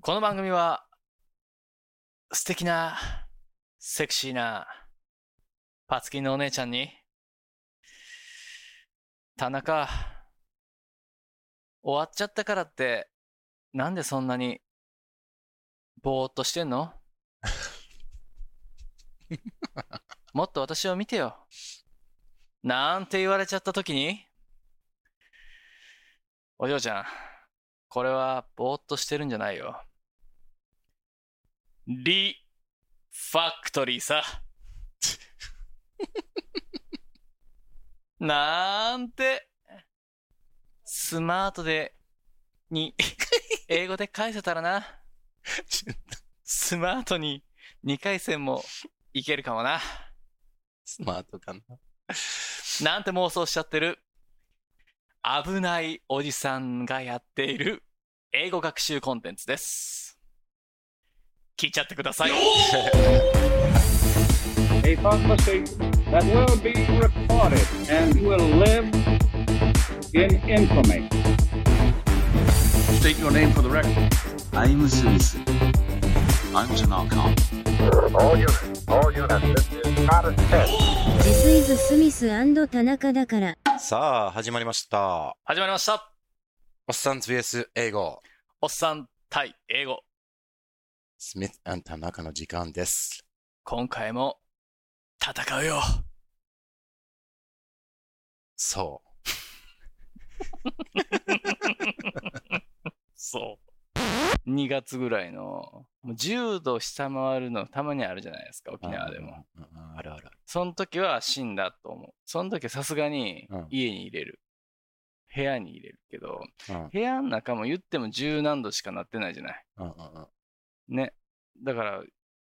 この番組は、素敵な、セクシーな、パツキンのお姉ちゃんに、田中、終わっちゃったからって、なんでそんなに、ぼーっとしてんのもっと私を見てよ。なんて言われちゃった時に、お嬢ちゃん、これはぼーっとしてるんじゃないよ。リ・ファクトリーさ。 なんて、スマートで、に、英語で返せたらな。スマートに2回戦もいけるかもな。スマートかな。なんて妄想しちゃってる。危ないおじさんがやっている英語学習コンテンツです。聞いちゃってください。 a prophecy that will be recorded and will live in infamy. State your name for the record. I'm Smith. I'm Tanaka. All units, all units, this is not a test. This is スミス田中だから。さあ、始まりました。始まりました。おっさん VS 英語。おっさん対英語。スミス田中の時間です。今回も戦うよ。そう。そう。2月ぐらいの、もう10度下回るのたまにあるじゃないですか、沖縄でも。うん。うんあるある。その時は死んだと思う。その時はさすがにうん家に入れる。部屋に入れるけど、うん部屋の中も言っても十何度しかなってないじゃない。うんうんうんね。だから、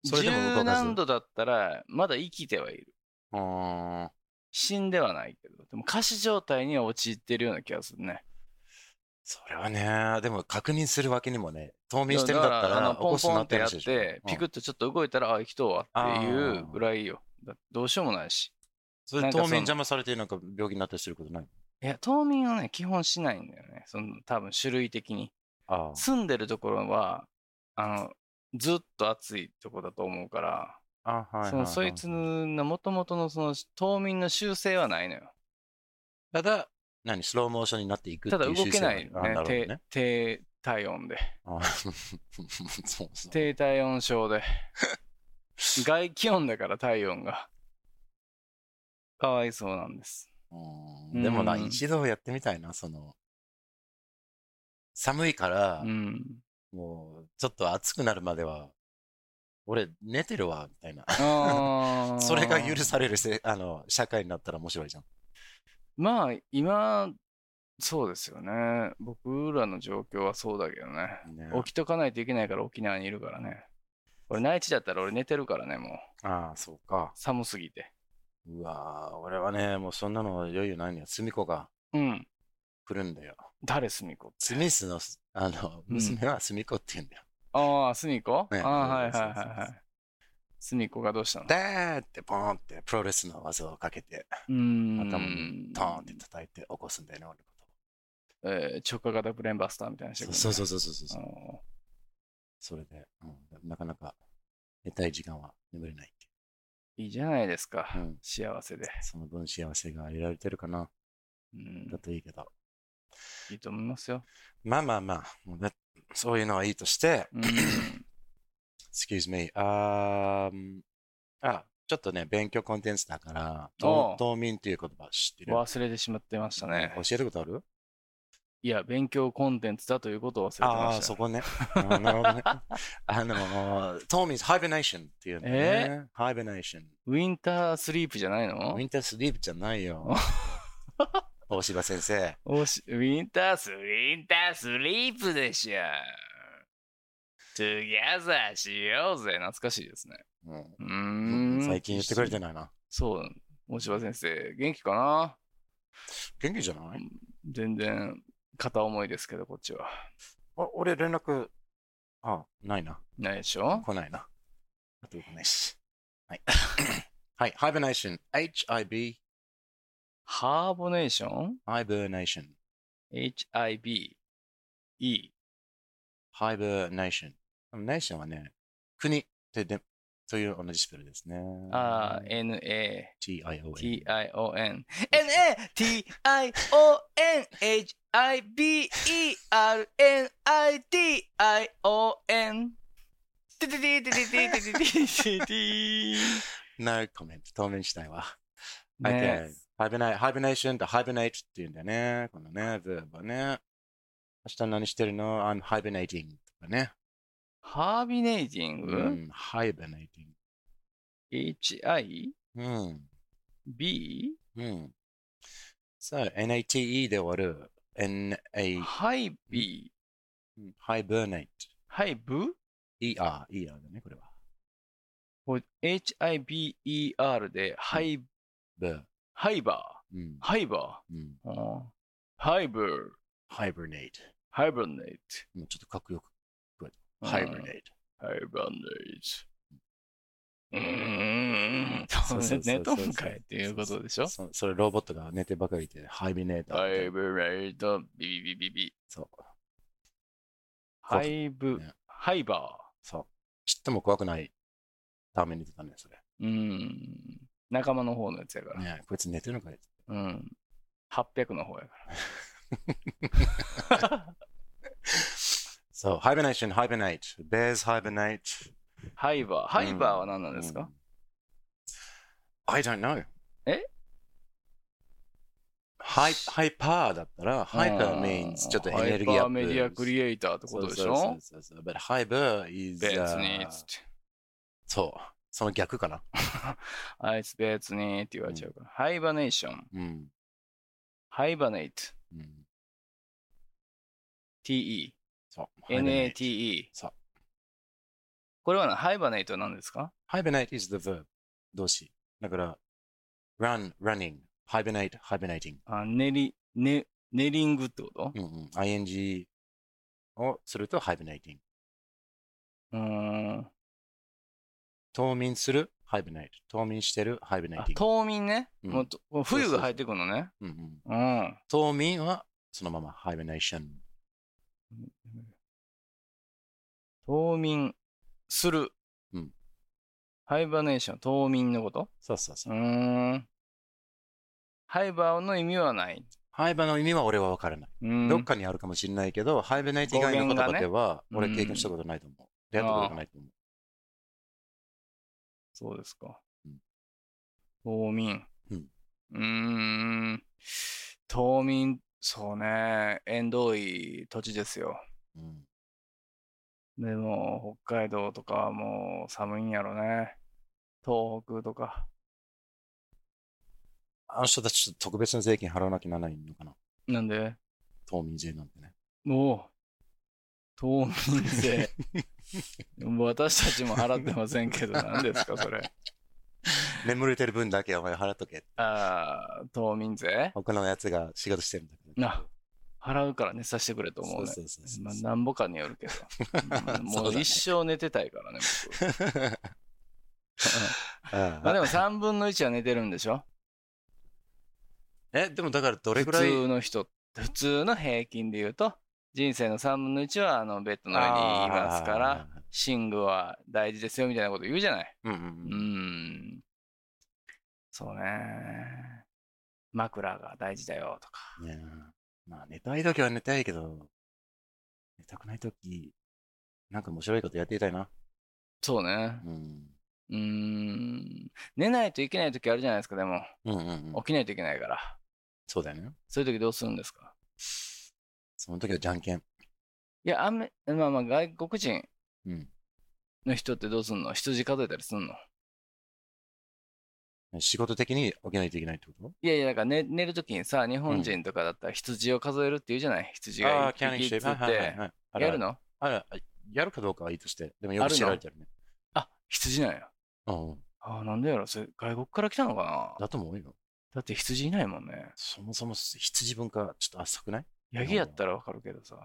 それでも動十かず何度だったら、まだ生きてはいる。うーん。死んではないけど、でも仮死状態には陥ってるような気がするね。それはね、でも確認するわけにもね、冬眠だしてかるんだったらあのら、起ポこンすなポンっっててやっ話でしょて、ピクッうんとちょっと動いたら、あ、生きとうわっていうぐらいよ。だってどうしようもないし。それなんでか冬その眠邪魔されてなんか病気になったりすることないいや、冬眠はね、基本しないんだよね。その、多分種類的に。あ住んでるところはあのずっと暑いとこだと思うから、あ。あはいはいはい。そのそいつのもともとのその冬眠の習性はないのよただ、何、スローモーションになっていくってたいうだ動けない習性があるんのだろねうね。低低体温であ そうそう。低体温症 で外気温だから体温がかわいそうなんですうんでもな、うん一度やってみたいな、その、寒いからう、 んもう、ちょっと暑くなるまでは、俺、寝てるわ、みたいな。あーそれが許されるせ、あの、社会になったら面白いじゃん。まあ今そうですよね僕らの状況はそうだけどねね起きとかないといけないから沖縄にいるからね。俺内地だったら俺寝てるからね、もう。ああ、そうか。寒すぎて。うわぁ、俺はね、もうそんなの余裕ないんや。すみこがうん。来るんだよ。誰すみこって。スミスの、あの、うん娘はすみこって言うんだよ。ああ、すみこ、ねああ、はいはいそうそうそうそうはいはい。すみこがどうしたのでーって、ポーンって、プロレスの技をかけて、うーん。頭にトーンって叩いて起こすんだよね、俺のこえー直下型ブレーンバスターみたいなと。そうそううそうそうそう。う。それで、うん、なかなか寝たい時間は眠れないっていいいじゃないですか。うん幸せで。う。その分幸せが得られてるかな。うんだ。といいけど。いいと思いますよ。まあまあまあ、もうだそういうの はいいとして、うん。 excuse me, あーあ、ちょっとね、勉強コンテンツだから、おとう冬眠っていう言葉知ってる忘れてしまってましたね。教えることあるいや、勉強コンテンツだということを忘れてまああー、したそね。こね。うんなるほどね。 あのー、冬眠、ハイベネーションっていうのね。ハイベネーション。ウィンタースリープじゃないのウィンタースリープじゃないよ。大柴先生。おし、ウィンタース、ウィンタースリープでしょ。トゥギャザーしようぜ。懐かしいですね。うんうーん。最近言ってくれてる。ないな。そう。大柴先生、元気かな元気じゃない全然、片思いですけど、こっちは。あ俺連絡、あ、ないな。ないでしょ来ないな。あと来ないし。はい。 はい、ハイベネーション。HIB、ハーボネーションハイベネーション。 ?HIB。E。ハイベネーション。でも、ナイシンはね、国ってで、そういう同じスペルですね。あー、NA。 TION。 T-I-O-N N-A-T-I-O-N-H-I-B-E-R-N-I-D-I-O-N テテテテテテテテテテテなるコメント、当面したいわ。ね Okay. Hibernate, hibernation と hibernate って言うんだよね。このね、verb はね。明日何してるの ?I'm hibernating とかね。ハービネイジンうグん、hibernating。うん。 ?H-I-B? うん。さあ、NATE で終わる。NA、ハイビ hibernate。ハイブ ER、ER だね、これは。こう ?H-I-B-E-R でハイ、 b ハイバうんー。。ハイバうん。ー。あーハイブー。 hibernate。ハイブネイもうちょっとかっこよく。ト。 hibernate。ハイバネイズ。うーん。そうそうそうそう寝とんかいっていうことでしょそそれロボットが寝てばかりで、ハイビネータハイー。ブネイト、ビビビビビ。そう。ハイブね、ハイバそう。ちっとも怖くないために出たね、それ。ー。うーん。仲間の方のやつやから。ねえこいつ寝てるのかい うん。800の方やから。そう、hibernation, hibernate, bears hibernate. ハイバー。ハイバーは何なんですうかん I don't know. えハイハイパーだったら、ハイパー means ちょっとエネルギーハアップ。イパーメディアクリエイターってことでしょそうそうそうそう。But hyper is... 別 uh, に、つって。そう。その逆かな。あいつ別にって言われちゃうから。ハイバネーション。うん。ハイバネイト。うん、 TE。そう。hibernate NATE。そうこれはなハイバネイトは何ですか hibernate is the verb 動詞。だから、run, running, hibernate, hibernating. あ練り、ね、練リングってことうんうん。ing をすると hibernating。うーん。冬眠する hibernate。冬眠してるあ hibernating。冬眠ね。うんもうと冬が入ってくるのね。うんううん、ん。冬眠はそのまま hibernation。冬眠する。うんハイバネーション、冬眠のことそうそうそうう。ーん。ハイバーの意味はない。ハイバーの意味は俺は分からない。うん。どっかにあるかもしれないけど、ハイブナイト以外の言葉では、語源がね俺経験したことないと思う。出会ったことがないと思う。そうですかうん。冬眠。うんうーん。冬眠、そうね。縁遠い土地ですよ。うん、でも、北海道とかはもう寒いんやろね。東北とか。あの人たちちょっと特別な税金払わなきゃならないのかな。なんで、冬眠税なんてね。もう、冬眠 税。私たちも払ってませんけど、何ですか、それ。眠れてる分だけお前払っとけ。ああ、冬眠税他のやつが仕事してるんだから。な、払うから寝させてくれと思うね。そうそうそうまあ、そうなんぼかによるけど。うんも そううだね一生寝てたいからね、僕 あまああでも3分の1は寝てるんでしょえ、でもだからどれ普ぐらい通の人、普通の平均で言うと、人生の3分の1はあのベッドの上にいますか。あら、あ寝具は大事ですよみたいなこと言うじゃない。うんううんうん。ん。そうね。枕が大事だよとか。いやーまあ寝たいときは寝たいけど、寝たくないとき、なんか面白いことやっていたいな。そうね。うん。うーん。寝ないといけない時あるじゃないですか、でも。うんうんうん。起きないといけないから。そうだよね。そういう時どうするんですかその時はじゃんけん。いや、あんめまあまあ、外国人うんの人ってどうすんの羊数えたりすんの仕事的に起きないといけないってこといやいや、だから寝寝るときにさ、日本人とかだったら羊を数えるって言うじゃない羊あがあ、キャ一ニング匹しずてつって。ややるのあら、やるかどうかはいいとして。でもよあくるの知られてるね。あ、羊なんや。うん。ああ、なんでやろそれ外国から来たのかなだと思うよ。だって羊いないもんね。そもそも羊文化ちょっと浅く ないヤギやったらわかるけど さ。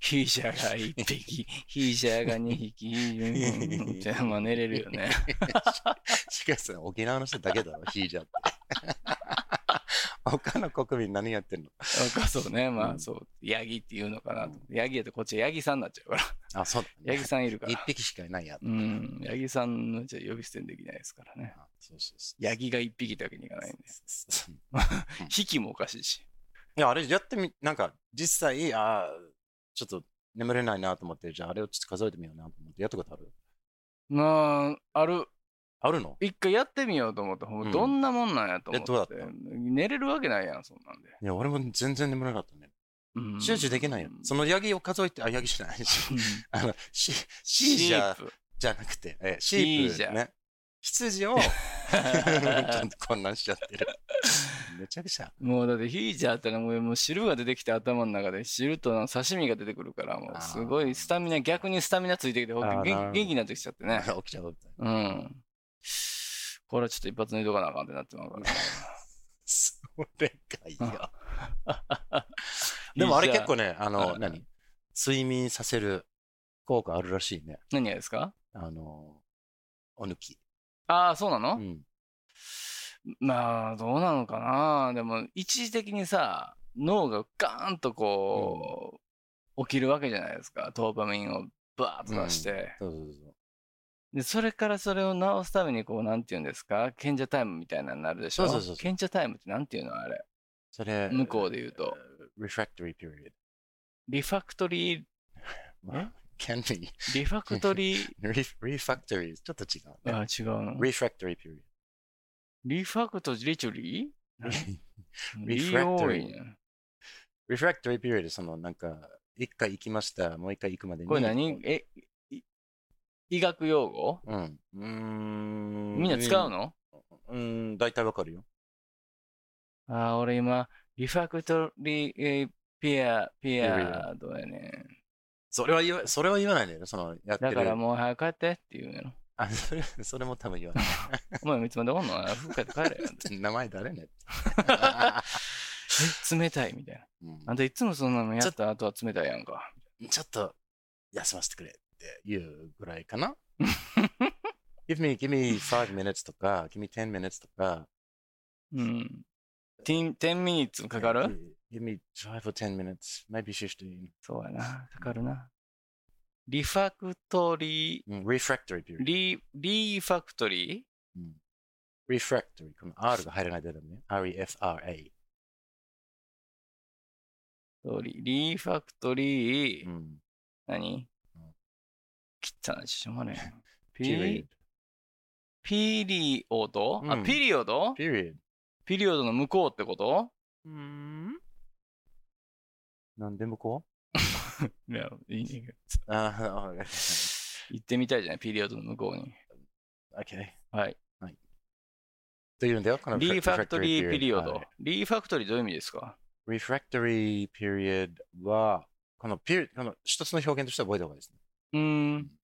ヒージャーが1匹、ヒージャーが2匹、うんってまあ寝れるよ ね。 しかし、沖縄の人だけだろ、ヒージャーって。他の国民何やってんのかそうね、まうあんそう、ヤギっていうのかなと。ヤギやとこっちヤギさんになっちゃうから。あ、そうだ、ヤギさんいるから 一。匹しかいないや。うん、ヤギさんのじゃ呼び捨てにできないですからね。あそうそうそう。ヤギが一匹ってわけにいかないんで。そう引きもおかしいし。いや、あれやってみ、なんか、実際、あーちょっと眠れないなと思って、じゃああれをちょっと数えてみようなと思って、やったことあるまあ、ある、あるの一回やってみようと思って、ほんうまんどんなもんなんやと思って。えどうだった寝れるわけないやん、そんなんで。いや、俺も全然眠れなかったね。うん集中できないよ。そのヤギを数えて、あ、ヤギじ ゃないし、うん あの、シシーシじゃープ。じゃなくて、えシーシープジャね。羊 を、ち ょっと混乱しちゃってる。めちゃくちゃ。もうだってヒージャーってのはもうもう汁が出てきて頭の中で汁とあの刺身が出てくるからもうあーすごいスタミナ逆にスタミナついてきてほんとあーなるほ元ど元気になってきちゃってね起きちゃうみたいな。うんこれはちょっと一発抜いとかなあかんってなってまうからそれがいいよ。 いいでもあれじゃん結構ね、あの、うん何睡眠させる効果あるらしいね。何がですかあの、お抜き。ああそうなの、うん。まあどうなのかなでも一時的にさ脳がガーンとこう、起きるわけじゃないですかドーパミンをバーッと出して、そうそうそう。で、それからそれを直すために、こう、なんて言うんですか賢者タイムみたいなのになるでしょそうそうそうそう賢者タイムってなんて言うのあれ。それ、向こうで言うと。 refractory period. リファクトリー、 can be. リファクトリー、 Re- refractory ちょっと違う、あね。違うの refractory period. リファクトリチュリーリリファクト多リーいね。 refractory period そのなんか、一回行きました、もう一回行くまでに。これ何え、い医学用語うん。うーん。みんな使うのうーん、大体わかるよ。あー、俺今、リファクトリー、えーピア、ピいやいアや、どうやねん。それは言わ、それは言わないでね、その、やってだる。からもう早く帰ってって言うの。あ、それ、それも多分言わない。お前いつまでおんの早く帰って帰れよ。 名前誰ね。え 冷たいみたいな。うんあんたいつもそんなのやった後は冷たいやんか。ちょっと休ませてくれって言うぐらいか な。give me, give me five minutes とか、give me ten minutes とか。うん。10, 10 minutes かかる give me five or ten minutes, maybe fifteen. そうやな。かかるな。リファクトリー、うん refractory period. リ、リーファクトリ refractory. この R が入らないでだね。R-E-F-R-A。ートリー、リーファクトリー、うん何うんきったなしょうがねえ。 period. ピ、ピリオド、うあ、んピリオド period. ピリオドの向こうってこと なんで向こいや、いいねんけど。うああ、行ってみたいじゃないピリオドの向こうに。 OK。はい。というんだよ、このリーファクトリーピリオ period はドい。リーファクトリーどういう意味ですか refractory period は、このピこの一つの表現としては覚えた方がいいですね。うーん。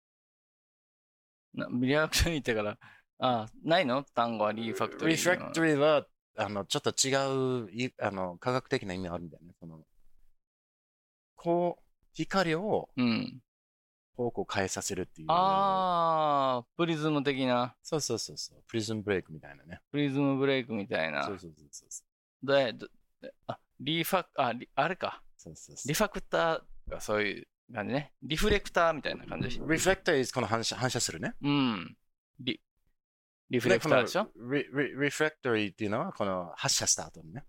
なリアクションに言ったから、あ、ないの単語はリーファクトリー。 refractory は、あの、ちょっと違うい、あの、科学的な意味があるんだよね。その、こう、光を、うん。こう、こう変えさせるっていう。あー、プリズム的な、そうそうそうそう。プリズムブレイクみたいなね。プリズムブレイクみたいなそう。そうそうそう。で、どあ、リーファク、あ、リあれか。そうそうそうリファクターがそういう感じね。リフレクターみたいな感じ。 reflector is この反射、反射するね。うん。リ、リフレクターでしょこの re- re- refractory っていうのは、この発射した後にね。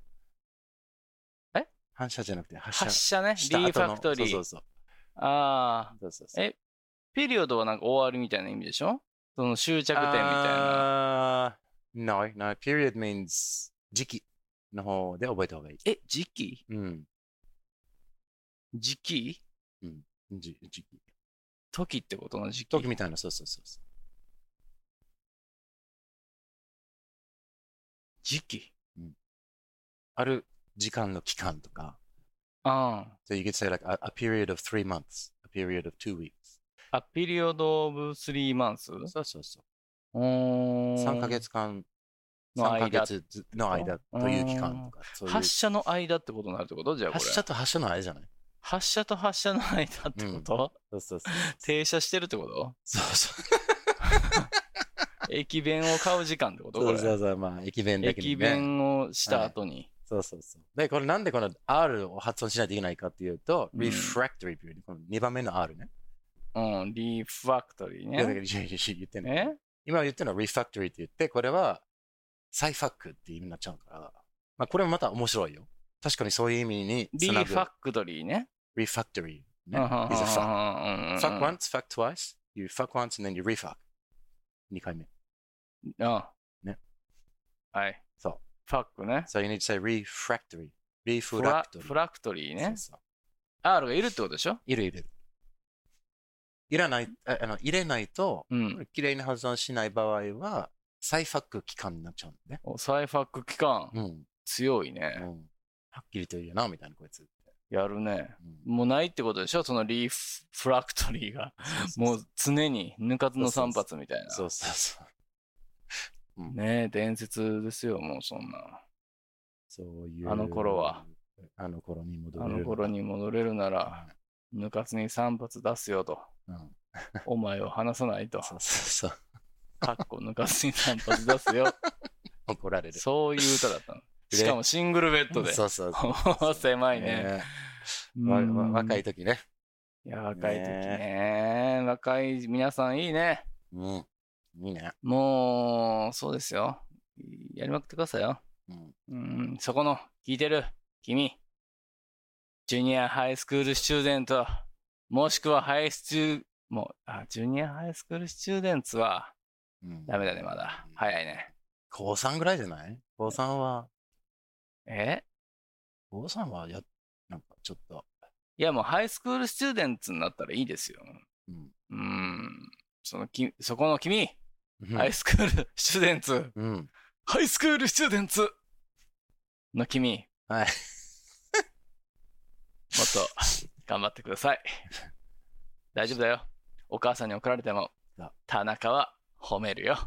え反射じゃなくて発射発射ね。しリたー後の。ファクトリそうー。そうそうあー。そうそうそう。え、ピリオドはなんか終わるみたいな意味でしょその終着点みたいな。な。no, no, period means 時期の方で覚えた方がいい。え、時期うん。時期じ時期。時ってことの時期。時みたいな、そうそうそうそ時期。う。ある時間の期間とか。あ So you could say like a, a period of three months, a period of two weeks. あ。あ、ピリオド・オブ・スリー・マンスそうそうそうーう。ん。 3ヶ。月間、の3ヶ間月ずの間という期間とか。そういう発射の間ってことになるってことじゃあこれ。発射と発射の間じゃない発射と発射の間ってこと、そうそうそう。停車 してるってことそうそう駅弁を買う時間ってことこそうれ。そうそうまあ、駅弁だけどね。駅弁をした後に。そうそうそう。で、これなんでこの R を発音しないといけないかっていうと、うん refractory っていう、この2番目の R ね。うん、リファクトリーいやだかね。ら言ってんのえ今言ってるのは refactory って言って、これは再ファックっていう意味になっちゃうから、まあ、これもまた面白いよ。確かにそういう意味にリつなフぐ。ァクトリーね。 refactory ね。うんうんうん is a fuck. うんうん fuck once, fuck twice, you fuck once and then you refuck. 2回目。あね。はい。そう。ファックね。 So you need to say refractory. フラ refractory. フラクトリーそねう。そう R がいるってことでしょいるいる。いらない、ああの入れないと、うこん。れ綺麗に発音しない場合は、再ファック期間になっちゃうんだね。おサイファック期間うん。強いね。うんはっきりと言うよな、みたいな、こいつって。やるね。うんもうないってことでしょそのリーフフラクトリーが。もう常にぬかつの散髪みたいな。そうそうそう。ねえ、伝説ですよ、もうそんな。そういう。あの頃は。あの頃に戻あれる。の頃に戻れるなら、ぬかつに散髪出すよと。うん。お前を離さないと。そうそうそう。かっこぬかつに散髪出すよ。怒られ る。そういう歌だったの。しかもシングルベッドで。そうそうそう。もう狭いね。ねわうんわ若い。時ね。いや、若い時ね。若い皆さんいいね。うん。いいね。もう、そうですよ。やりまくってくださいよ。うん。うん、そこの、聞いてる、君。ジュニアハイスクールスチューデント、もしくはハイスチュー、もう、あ、ジュニアハイスクールスチューデンツは、うんダメだね、まだ。早いね。高3ぐらいじゃない高3は、え高3はや、なんかちょっと、いや、もうハイスクールスチューデンツになったらいいですよ。うん。うん。そのき、そこの君、うんハイスクールスチューデンツ、 うん。ハイスクールスチューデンツの君、 はい。もっと頑張ってください。大丈夫だよ。お母さんに怒られてもあ、田中は褒めるよ。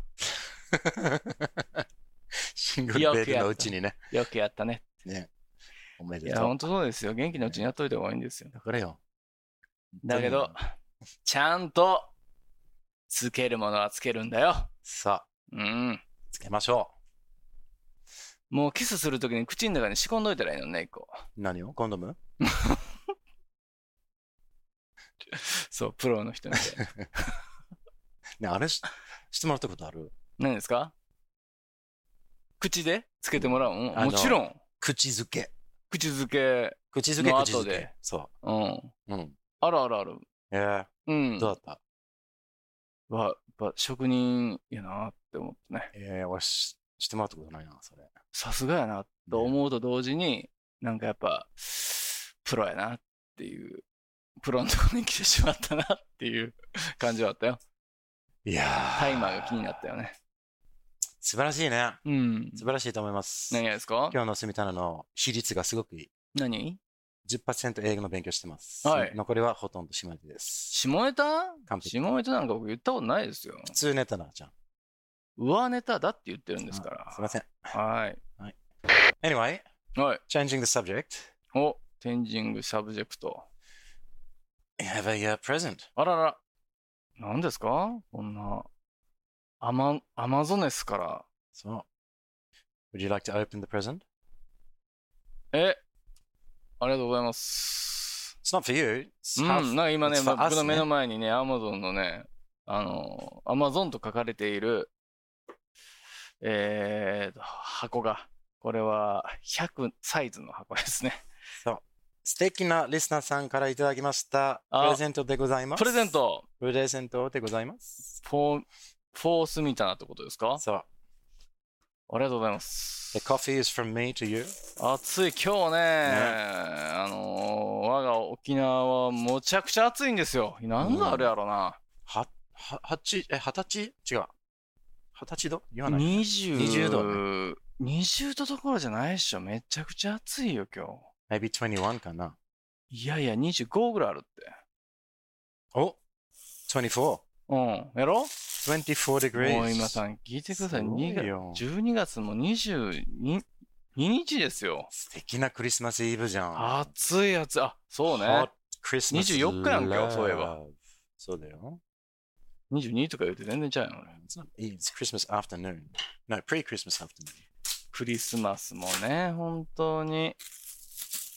シングルベッドのうちにね。よくやったね。おめいでや、とほう。んとそうですよ。元気なうちにやっといた方がいいんですよ。だからよ。だけど、ちゃんと、つけるものはつけるんだよ。さあ、うん。つけましょもうキスするときに口の中に仕込んどいたらいいのね、こう。う。何をコンドームそう、プロの人にて。ね、あれし、してもらったことある何ですか口でつけてもらうもあのもちろん。口づけ。口づけ。口づけ、の口づ後でけ。そうん。う。うん。あるあるある。えーうん。どうだったは、やっぱ職人やなって思ってね。えー、俺し、してもらったことないな、それ。さすがやなと思うと同時に、なんかやっぱ、プロやなっていう、プロのところに来てしまったなっていう 感じはあったよ。いやータイマーが気になったよね。素晴らしいね。うん。素晴らしいと思います。何がですか今日の住みたなの比率がすごくいい。何10%英語の勉強してます。はい残りはほとんど島根です。下ネタ完璧下ネタなんか僕言ったことないですよ。普通ネタな、じゃん。上ネタだって言ってるんですかあすいまら。せん。はい。 Anyway, はい。 changing the subject. お、テンジングサブジェクト。 I have a、uh, present. あらら。何ですかこんな。アマ、アマゾネスから。 So, would you like to open the present? え、ありがとうございます。 It's not for you. It's うん、 half- なんか今ね、 it's for 僕 us の目ねの前にね、アマゾンのね、あの、アマゾンと書かれている、えーと、箱が、これは100サイズの箱ですね。そう素敵なリスナーさんからいただきました。プあレゼントでございます。プレゼン。ト、プレゼントでございます。フォー、フォースみたいなってことですかそう。ありがとうございます。 The coffee is from me to you. 暑い今日ねあのー我が沖縄はむちゃくちゃ暑いんですよ何があるやろな、は、は、はち、え、二十歳違う。二十歳度言わない。 20 20度20度どころじゃないっしょめちゃくちゃ暑いよ今 Maybe 21かな。日いやいや25ぐらいあるってお !24。うんやろ24 degrees. もう今さん聞いてくださいすごいよ2月12月も22日ですよ素敵なクリスマスイブじゃん。暑い暑いあそうね Hot Christmas 24日やん今日そういえば love。そうだよ。 22とか言うて全然ちゃうよ It's not, it's Christmas afternoon. No, pre-Christmas afternoon. クリスマスもね、本当に、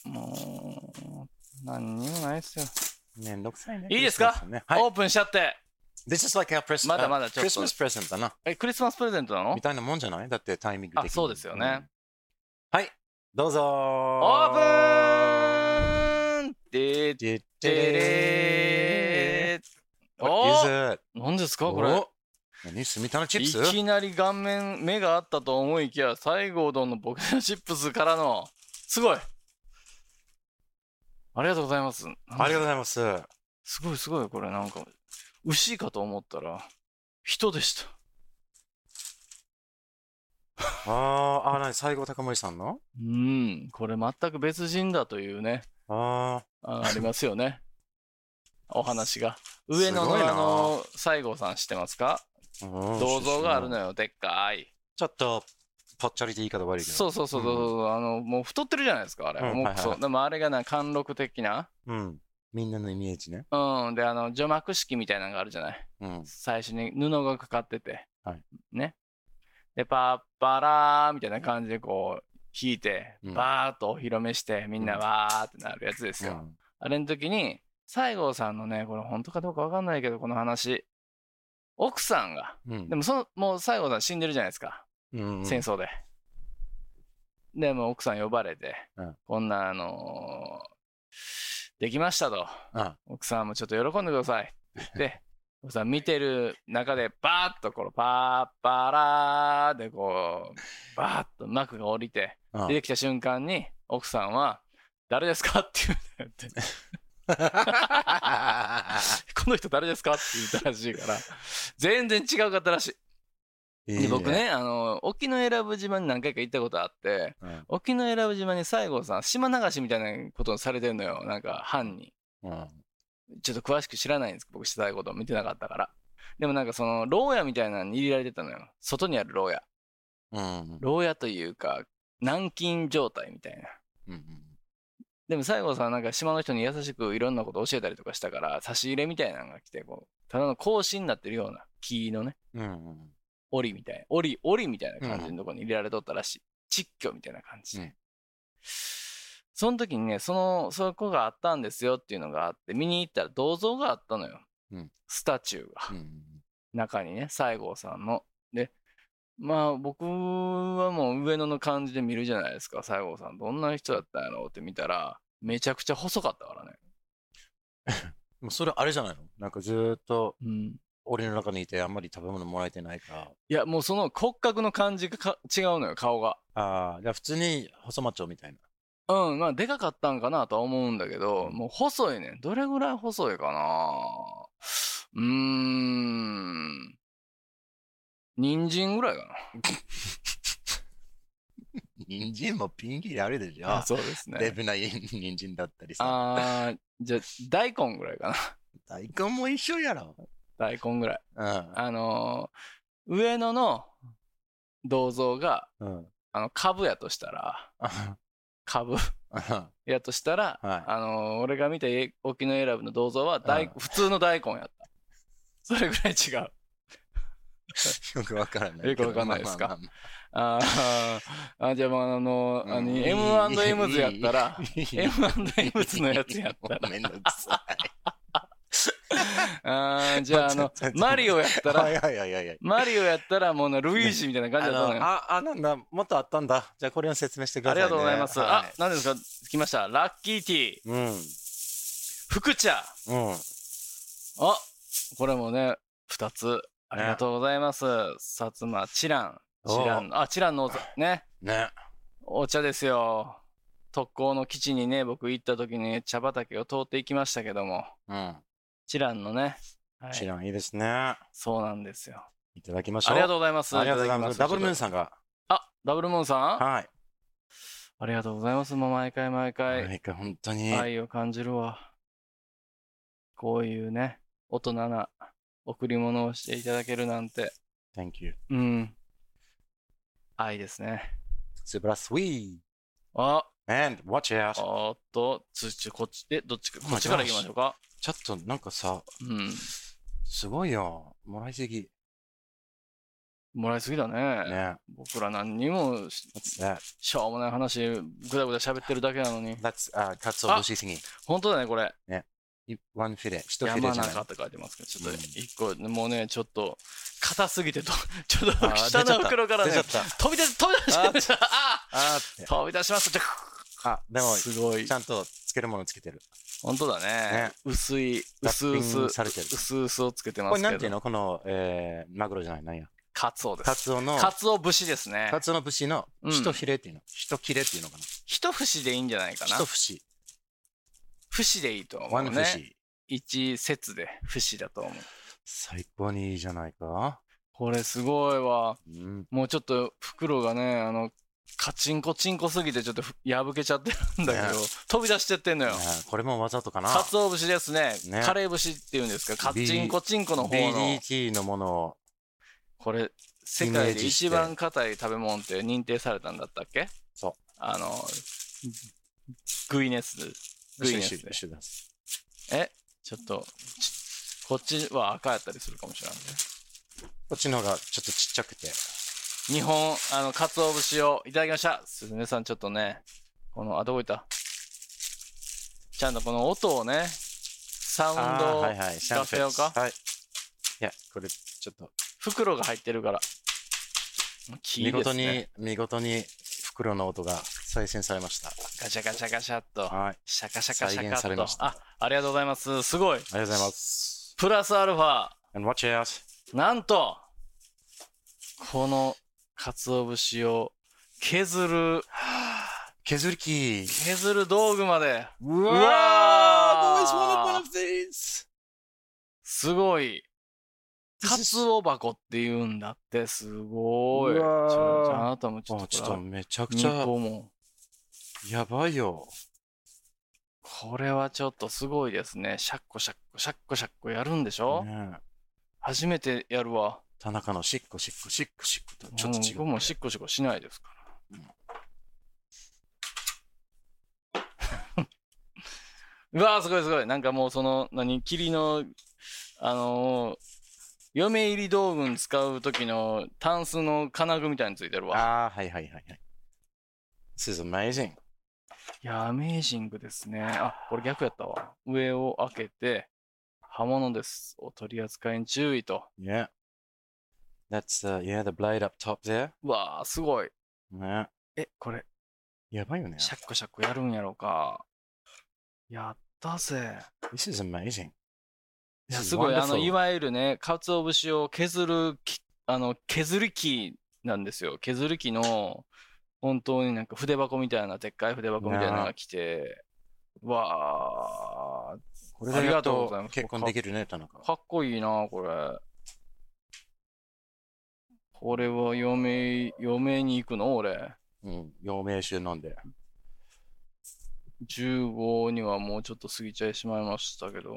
もう、何にもないですよ。めんどくさいね。いいですかクリスマスねはい。オープンしちゃって。 This is like a pres- まだまだ uh, ちょっと Christmas present だな。え、クリスマスプレゼントなのみたいなもんじゃないだってタイミング的あ、にそうですよね。。はい。どうぞオオープンでプンててれーおーお何ですかこれ。何スミタのチいップスきなり顔面目があったと思いきや、西郷どんのボケのチップスからの、すごいありがとうございます。ありがとうございます。すごいすごい、これなんか、牛かと思ったら、人でした。あーあ、なに、西郷隆盛さんのうん、これ全く別人だというね、ああありますよ ね。お話が。上野すごいのなあの、西郷さん知ってますかあ、銅像があるね。のよ、でっかい。ちょっと、ぽっちゃりで言い方悪いけど。そうそうそうそうそう、あの、もう太ってるじゃないですか、あれ。うんもはういはいそう。でもあれがな、貫禄的な。うん。みんなのイメージね。うん、で、あの、除幕式みたいなのがあるじゃない。うん。最初に布がかかってて、はいね。で、パッパラーみたいな感じでこう、弾いて、うんバーッとお披露目して、みんなうんわーってなるやつですよ。あれの時に、西郷さんのね、これ本当かどうかわかんないけど、この話、奥さんが、うん。でもその、もう西郷さん死んでるじゃないですか、うん、戦争で。で、もう奥さん呼ばれて、うんこんな、あのーできましたと。うん奥さんもちょっと喜んでください。 で、奥さん見てる中で、バーッとこのパーパラーでこう、バーッと幕が降りて、うん出てきた瞬間に、奥さんは、誰ですかって言うん だよって。この人誰ですかって言ったらしいから、全然違うかったらしい。いいで僕。ね、あの、沖永良部島に何回か行ったことあって、うん沖永良部島に西郷さん、島流しみたいなことをされてるのよ、なんか、犯人。うんちょっと詳しく知らないんです僕知らないこと見てなかったからでもなんかその牢屋みたいなのに入れられてたのよ外にある牢屋うん。牢屋というか軟禁状態みたいなうんでも西郷さんはなんか島の人に優しくいろんなこと教えたりとかしたから差し入れみたいなのが来てこうただの格子になってるような木のねうんうん。檻みたいな檻檻みたいな感じのとこに入れられとったらしい、窒居みたいな感じで、うんその時にねそのそこがあったんですよっていうのがあって見に行ったら銅像があったのよ、うんスタチューが、うん中にね西郷さんの。でまあ僕はもう上野の感じで見るじゃないですか西郷さんどんな人だったんやろうって見たらめちゃくちゃ細かったからね。もうそれあれじゃないのなんかずーっとうん、俺の中にいてあんまり食べ物もらえてないから。いやもうその骨格の感じがか違うのよ顔が。ああ、じゃあ普通に細マッチョみたいな。うんまあでかかったんかなとは思うんだけどもう細いねどれぐらい細いかなうーん人参ぐらいか人参もピンキリあるでしなあそうですねデブな人参だったりさ。あーじゃあ大根ぐらいかな大根も一緒やろ。 大根ぐらいうん。あのー上野の銅像がうん。 あの株やとしたらあ株はやとしたら、はいあのー俺が見たえ沖永良部の銅像は大、うん普通の大根やったそれぐらい違うよくわからないけど。よくわかんないですかまあまあまあーあじゃあまああのーあうんのいい M&M's やったらあ いい M&M's のやつやったら めんどくさい。あーじ ゃああのマリオやったはらいはいはいはいはい。マリオやったらもうなルイージみたいな感あじだったののよあ、あ、なんだ、もっとあったんだ。じゃあこれを説明してくだあさりい、ね。がとうございます、はあ何ですか来ましたラッキーティー福茶うん。うん。あこれもね、二つ。ありがとうございます。薩摩、チラン。チラン、あ、チランのお茶ね、ね。お茶ですよ。特攻の基地にね、僕行った時に茶畑を通っていきましたけども、うん。チランのね、はい知らん、いいですね。そうなんですよ。いただきましょう。ありがとううございます。ありがとうございます。ダブルムーンん。さんが。あ、ダブルムーンさんはい。ありがとうございます。もう毎回毎回なんか本当に。愛を感じるわ。こういうね、大人な贈り物をしていただけるなんて、 Thank you. うん。愛ですね。素晴らしい。あ、 And watch out. あーっと、つちこっち、え、どっちか、こっちから行きましょうか。ちょっとなんかさ、うん。すごいよ。もらいすぎ。もらいすぎだね。 Yeah. 僕ら何にもし What's that? しょうもない話、ぐだぐだ喋ってるだけなのに。 That's uh, katsu Ah. obushi thingy. 本当だね、これ。 You- One fillet. 一フィレ山じゃない中って書いてますけど、ちょっうんと一個、もうね、ちょっと、硬すぎてと、 ちょっあとー下の袋からね出ちゃっ、た。出ちゃった飛び出、飛び出しちゃいました。ああーっーて。飛び出しました。あ、でも、すごいち。ゃんとつけるものつけてる。本当だねね。薄い、ラッ薄ピ々、ングされてる。薄々をつけてまこれすなけんていうど。のこの、えー、マグロじゃな い、なんや。カツオでカす。ツオの、カツオ節ですねカ。ツオの節のうん一フィレっていうの。一切れっていうのかな。一節でいいんじゃないかな一。節。節でいいと思ワうンね。節。一節で節だと思う。最高にいいじゃないか。これすごいわ。うん。もうちょっと袋がね、あの、カチンコチンコすぎてちょっとふ破けちゃってるんだけどね、飛び出しちゃってんのよね。これもわざとかな。かつお節ですね。ねカレー節っていうんですか。カチンコチンコの方の。 DDT のものを。これ、世イメ界ーでジして一番硬い食べ物って認定されたんだったっけそう。あの、グイネス。グイネス一緒で一。緒です。えちょっと、ちこっちは赤やったりするかもしれないね。こっちの方がちょっとちっちゃくて。日本、あの、かつお節をいただきました。すずめさん、ちょっとね、この、あ、どこ行ったちゃんとこの音をね、サウンあードをはいはい。シャン出フせェよでうすか。はい。いや、これちょっと、袋が入ってるから。木で見事すに、ね。見事に袋の音が再生されました。ガチャガチャガチャっと。はい。シャカシャカシ再ャ現カさっれとまし。たあ、ありがとうございます。すごい。ありがとうございます。プラスアルファ、 And watch out! なんと、この鰹節を削る、削り器削る道具まで、うわーー I've always wanted one of these! すごい、 This 鰹 is- 箱って言うんだって、すごい。うちわーょじゃああなたもちょあっちとょこっとれ、めちゃくち2ゃ個も。やばいよ。これはちょっとすごいですね。シャッコシャッコ、シャッコシャッコやるんでしょ、ねえ初めてやるわ。田中のしっこしっこしっこしっことちょっと違う。僕もシッコシコしないですから。うわーすごいすごい。なんか もうその、何、霧の、あのー嫁入り道具に使う時のタンスの金具みたいについてるわ。ああ、はいはいはいはい。This is amazing. いやー、アメージングですね。あ、これ逆やったわ。上を開けて、刃物です。お取り扱いに注意と。 Yeah. That's, uh, yeah, the blade up top there. うわー、すごい。ねえ、これ、やばいよね。シャッコシャッコやるんやろうか。やったぜ。 This is amazing. い This や is すごい、あの、 wonderful. いわゆるね、鰹節を削るき、あの、削り器なんですよ。削り器の、本当になんか筆箱みたいな、でっかい筆箱みたいなのが来て、わこれありだがとうございとます結婚できるね、田中ー、。かっこいいな、これ。これは嫁、嫁に行くの俺。うん、陽明酒飲んで。 15にはもうちょっと過ぎちゃいしまいましたけど、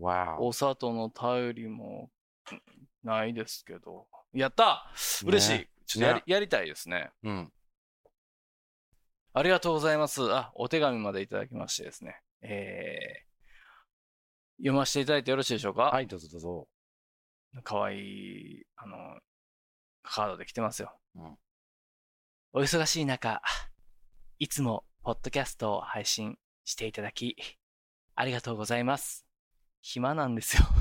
わおお砂糖の頼りもうんないですけど。やった嬉しい、ねちょっとやりねやりたいですね。うん。ありがとうございます。あ、お手紙までいただきましてですね。えー、読ませていただいてよろしいでしょうか。はいい、どうぞどうぞ。かわいい、あの、カードで来てますよ。うんお忙しい中、いつも、ポッドキャストを配信していただき、ありがとうございます。暇なんですよ。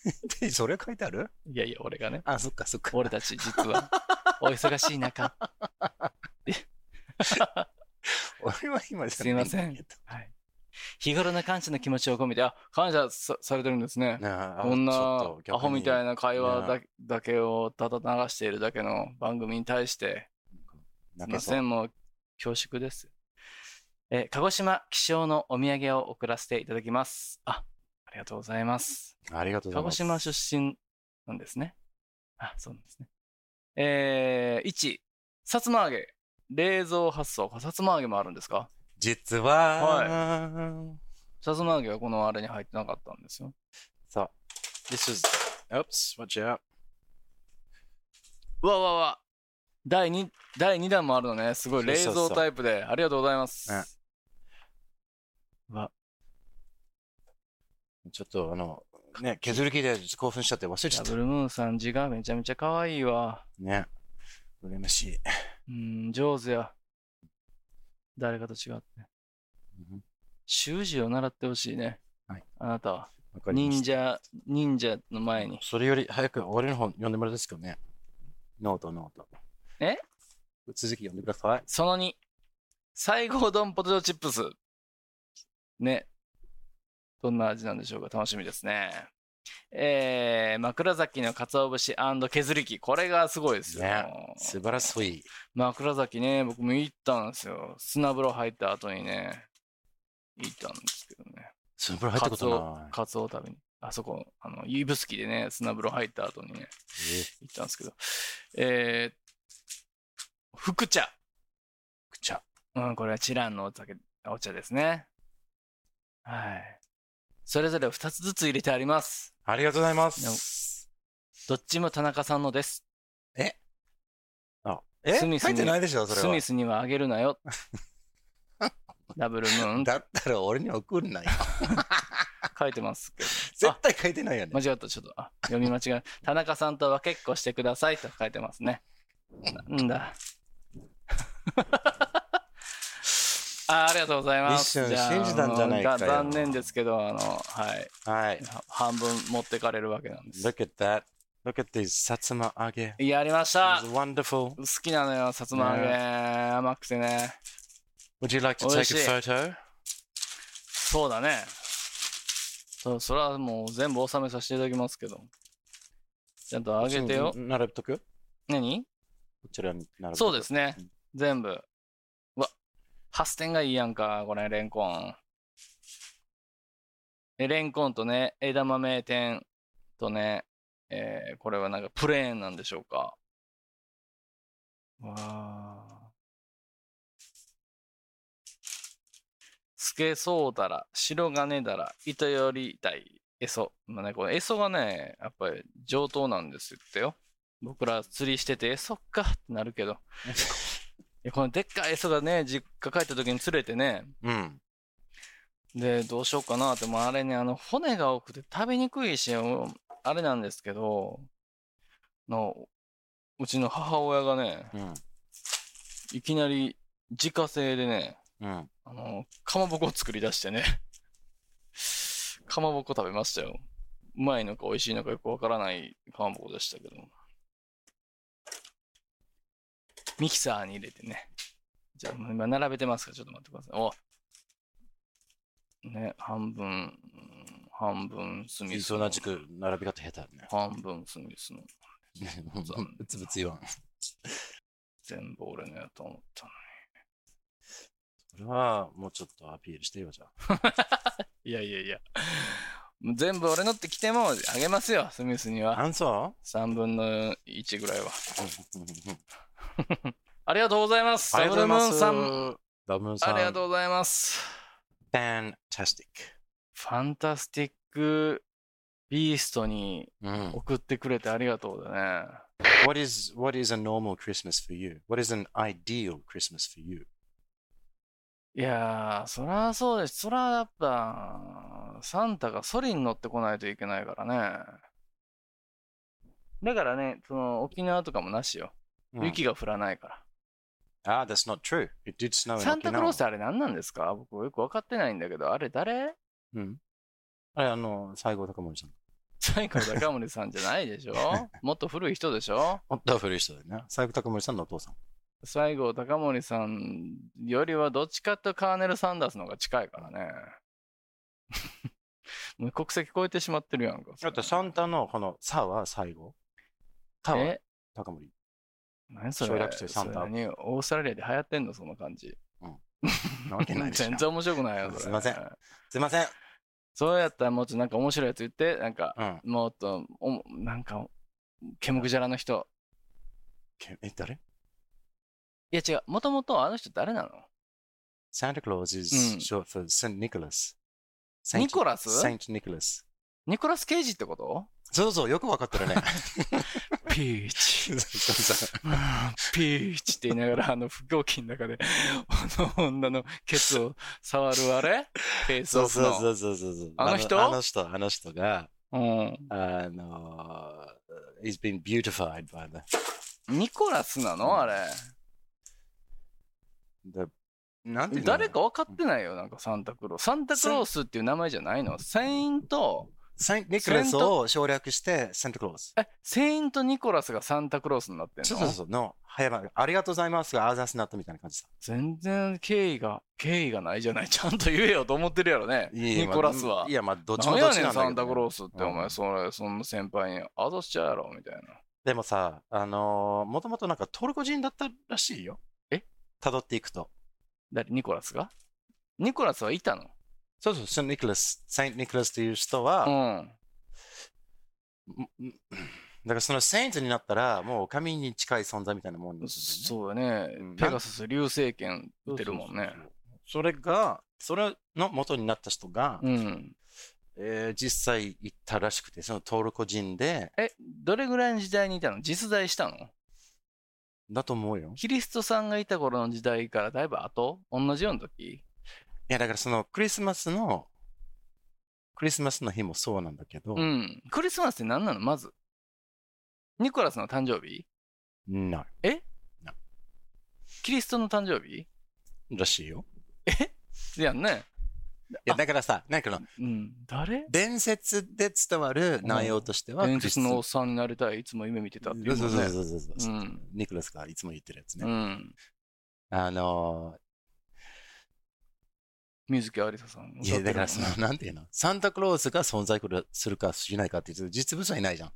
それ書いてあるいやいや、俺がね。あ、そっかそっか。俺たち実は、 お忙しい中、俺は今じゃすいませんないけどはい日頃の感謝の気持ちを込めて、あ、感謝さされてるんですね。ねえあこんなちょっと逆アにホみたいな会話だねだけをただ流しているだけの番組に対して、すみ泣けまそうせん、もう恐縮です。えー鹿児島気象のお土産を送らせていただきます。あ、ありがとうございます。ありがとうござ鹿いま児す。島出身なんですね。あ、そうなんですね。えー、1、さつま揚げ、冷蔵発送。さつま揚げもあるんですか実は、さつま揚げはこのあれに入ってなかったんですよ。そう。This is, oops, watch out. うわうわうわ第 2, 第2弾もあるのねすごいそう冷そうそう蔵タイプでありがとうございます、ねちょっとあの、ね、削り切れ興奮しちゃって忘れちゃダったブ。ルムーンさん字がめちゃめちゃ可愛いわ。ね。羨ましい。うん、上手や。誰かと違って。うん習字を習ってほしいね。はいあなたは。わかりま忍した者、忍者の前に。それより早く俺の本読んでもらうんですけどね。ノート、ノート。え続き読んでください。その2、西郷丼ポテトチップス。ね。どんな味なんでしょうか楽しみですね。えー、枕崎の鰹節削り器。これがすごいですよ。ね素晴らしい。枕崎ね、僕も行ったんですよ。砂風呂入った後にね、行ったんですけどね。スープラ入ったことない。カツオを食べに。あそこ、あの、指宿でね、砂風呂入った後にね、えー行ったんですけど。えー、福茶。くちゃ。うん、これはチランのお酒、お茶ですね。はい。それぞれ2つずつ入れてあります。ありがとうございます。どっちも田中さんのです。あ、えスミス書にいてないでしょ、それスはミ。スにはあげる なよ。ダブルムーンってだったら俺に送んないよ。書いてますけど。絶対書いてないよね。間違った、ちょっと。あ、読み間違え。田中さんとは結構してくださいと書いてますね。なんだ。 あありがとうございます。一瞬じゃあ信じたんじゃないかがよ残念ですけど、あの、はい。はい。は半分持ってかれるわけなんです。 Look at that. Look at these さつま揚げ。やりました It's wonderful. 好きなのよ、さつま揚げ。ね甘くてね。 Would you like to 美 take 味しい a photo? そうだね。そうそれはもう全部収めさせていただきますけど。ちゃんと揚げてよ。並べとくよ。こ何ちらに並べそうす。ですねうん。全部。うわ、発展がいいやんか、これ、レンコン。え、レンコンとね、枝豆天とね、えーこれはなんかプレーンなんでしょうか。わあ。スケソウダラ、白金ダラ、糸より鯛エソ。まあね、このエソがね、やっぱり上等なんですってよ。僕ら釣りしてて、エソかってなるけど。いやこのでっかいエソがね、実家帰った時に釣れてね、うん。で、どうしようかなって、もうあれね、あの、骨が多くて食べにくいし、もうあれなんですけど、の、うちの母親がね、うん。いきなり自家製でね、うん。あの、かまぼこを作り出してね。 かまぼこ食べましたよ。うまいのか美味しいのかよくわからないかまぼこでしたけど。ミキサーに入れてね。じゃあ、今並べてますから、ちょっと待ってください。おね、半分、うん半分スミスその。んなじく並び方下手だね。半分スミスの。うつぶつ言わん。全部俺のやと思ったのそれはもうちょっとアピールしてよ、じゃあ。に。いやいやいや。もう全部俺のって来てもあげますよ、スミスには。あんそ3分の1ぐらいは。うありがとうございます。ありがとうございます。サブルムーンダブルムーンささん。あん。りがとうございます。 Fantastic. ファンタスティックビーストにうん。送ってくれてありがとうだね。 What is, what is a normal Christmas for you? What is an ideal Christmas for you? いやー、そらそうです。そらやっぱ、サンタがソリに乗ってこないといけないからね。だからね、その沖縄とかもなしよ。うん雪が降らないから。 Ah, that's not true. It did snow in サンタクロースっ Okinawa. てあれ何なんですか僕よく分かってないんだけど、あれ誰うん。あれ、あの、西郷隆盛さん。西郷隆盛さんじゃないで しょもっと古い人でしょもっと古い人だよね。西郷隆盛さんのお父さん。西郷隆盛さんよりはどっちかとカーネル・サンダースの方が近いからね。 もう国籍超えてしまってるやんか。あと、サンタのこの、サは西郷。タはえ隆盛。何そ省れ略してサンダーそれ何オーストラリアで流行ってんのそんな感じ。なわけないでしょ全然面白くないよ。それすいませんすいません。そうやったらもうちょっとなんか面白いやつ言って、なんか、うん。もっと、おなんか、ケムクジャラの人。けえ、誰いや違う、もともとあの人誰なの Santa Claus う is ん short for St. Nicholas. ニコラス Saint Nicholas。ニコラス・ケイジってことそうそう、よくわかって るね。ピーチ。 そうそうあーピーチって言いながら、あの、不狂気の中で、あの女のケツを触るあれフェイスそオうフそうその。うそうそうそう。あの人あの人、あの人が、うん。あの、he's been beautified by the, ニコラスなのあれ。 the なんていうの誰か分かってないよ、なんかサンタクロース。サンタクロースっていう名前じゃないのセイント、サンニクラスを省略して、サンタクロース。え、セイントニコラスがサンタクロースになってんのそうそうそう、の、早まありがとうございますが、アーザスになったみたいな感じだ。全然敬意が、敬意がないじゃない。ちゃんと言えよと思ってるやろね。いやニコラスは。いや、まあ、どっち何もどやっちね、なんんだサけンタクロどーね。スって、お前、それ、その先輩に、あざしちゃうやろ、みたいな。でもさ、あのもともとなんかトルコ人だったらしいよ。え辿っていくと。誰、ニコラスがニコラスはいたのそうそう、サンニクラス、サンニクラスという人は、うん。だからそのセイントになったら、もう神に近い存在みたいなもんなんだよねそうだねうん。ペガサス流星剣そ打うてるもんねそう。そうそう。それが、それの元になった人が、うん。えー実際行ったらしくて、そのトルコ人で、え、どれぐらいの時代にいたの実在したのだと思うよ。キリストさんがいた頃の時代からだいぶ後同じような時いや、だからそのクリスマスの、クリスマスの日もそうなんだけど、うん。クリスマスって何なのまず。ニコラスの誕生日なキリストの誕生日いらしいよ。やんね。いや、だからさ、なんかの、うん。誰伝説で伝わる内容としては、伝説のおっクさんになりたい。いつも夢見てたっていリうスもんそうね。そうそうそうそう、うんニクラスがいつも言ってるやつね。うん。あの水木有沙さん。ーいや、だからそその、なんていうの、サンタクロースが存在するかしないかって言うと、実物はいないじゃん。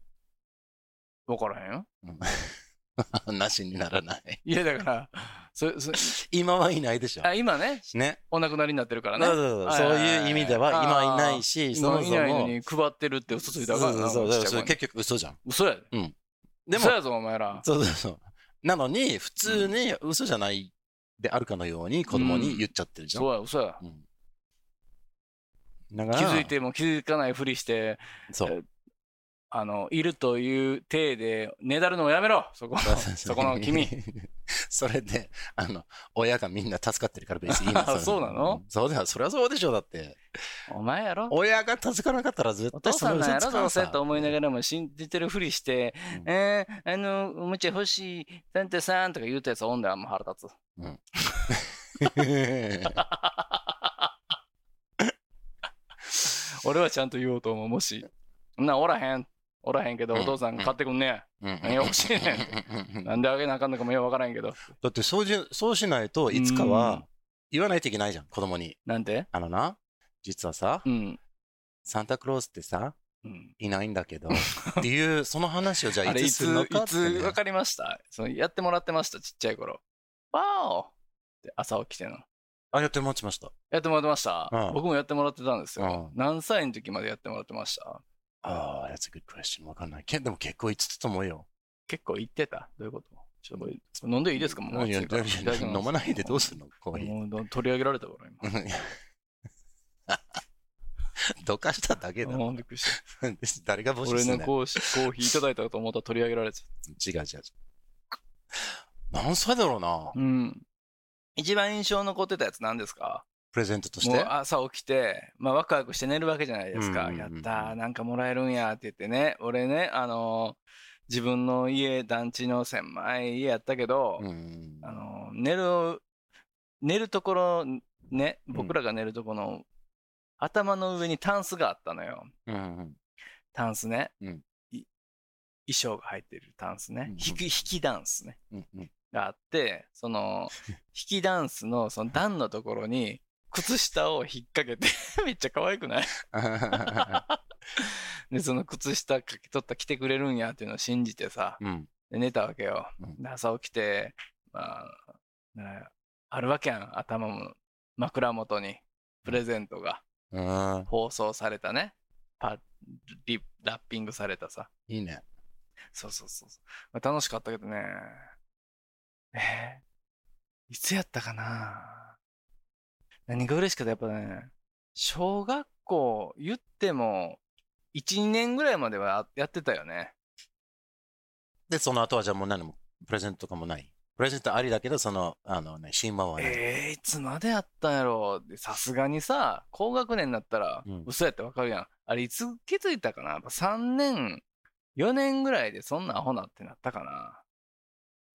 わからへんよ。うん なしにならない。いや、だから、そそ今はいないでしょ。あ今ね、ね。お亡くなりになってるからそね。うそうはいそうはそいうはいいう意味では今いないし、そ今もいそないのも。に配ってるって嘘ついたらあかんなそうそうそちっうちゃいそ子うに結局嘘じゃん。嘘やで。でも、嘘やぞ、お前ら。そうそうそう。なのに、普通に嘘じゃないであるかのように子供に言っちゃってるじゃん。そうや、嘘や。うんだから気づいても気づかないふりして、そう。あの、いるという体で、ねだるのをやめろそこの、 そこの君。。それで、あの、親がみんな助かってるから別にいいなあ そうなのそうだよ。そりゃそうでしょ。だって。お前やろ親が助からなかったら絶お対父そさのん嘘なんやろつかどんうせさと思いながらも信じてるふりして、うんえー、あの、おもちゃ欲しい、サンタさんとか言うたやつおんだよ、もう腹立つ。俺はちゃんと言おうと思う、もし。そんなんおらへん。おらへんけど、うんお父さん買ってくんねえ。よ、欲しいねうんん。なんであげなあかんのかもようわからんけど。 だってそうじそうしないといつかは言わないといけないじゃん子供になんであのな実はさ、うん。サンタクロースってさうんいないんだけ どっていうその話をじゃああいれ、いつすつ、るのいかって、つね分、かりましたそのやってもらってました、ちっちゃい頃。わーおって朝起きての。あやって待ちましたやってもらってました、うん僕もやってもらってたんですよ、う何歳の時までやってもらってましたああ that's a good question わかんないけでも結構言ってたと思うよ結構行ってたどういうことちょっともう飲んでいいですかもういや暑いからいやいただきます飲まないでどうするのコーヒーもう取り上げられたから今 どかしただけだもうびっくりした 誰が募集俺するのねコーヒーコーヒーいただいたと思ったら取り上げられちゃっ違う違う違う何歳だろうたなうん一番印象残ってたやつ何ですかプレゼントとしもうて朝起きて、まあ、ワクワクして寝るわけじゃないですか、うんうんうんうんやったーなんかもらえるんやって言ってね俺ねあのー自分の家団地の狭い家やったけど、うんあの寝る寝るところねん僕らが寝るところの、頭の上にタンスがあったのようんうんタンスね、うんい衣装が入ってるタンスうんねうん引き引きダンスねうんうん があってその引きダンスのその段のところに靴下を引っ掛けて めっちゃ可愛くないでその靴下かけ取ったら来てくれるんやっていうのを信じてさ、うんで寝たわけようん。で朝起きて、まあ、ねあるわけやん、頭も、枕元に、プレゼントがうん包装されたね。パリラッピングされたさ。いいね そうそうそうそう。まあ楽しかったけどね。えーいつやったかな何が嬉しかったやっぱね、小学校言っても、1、2年ぐらいまではやってたよね。で、その後はじゃあもう何もプレゼントとかもない。プレゼントありだけど、その、あのね、新聞はね、ええいつまでやったんやろでさすがにさ、高学年になったらうん、嘘やってわかるやん。あれ、いつ気づいたかなやっぱ ?3 年、4年ぐらいでそんなアホなってなったかな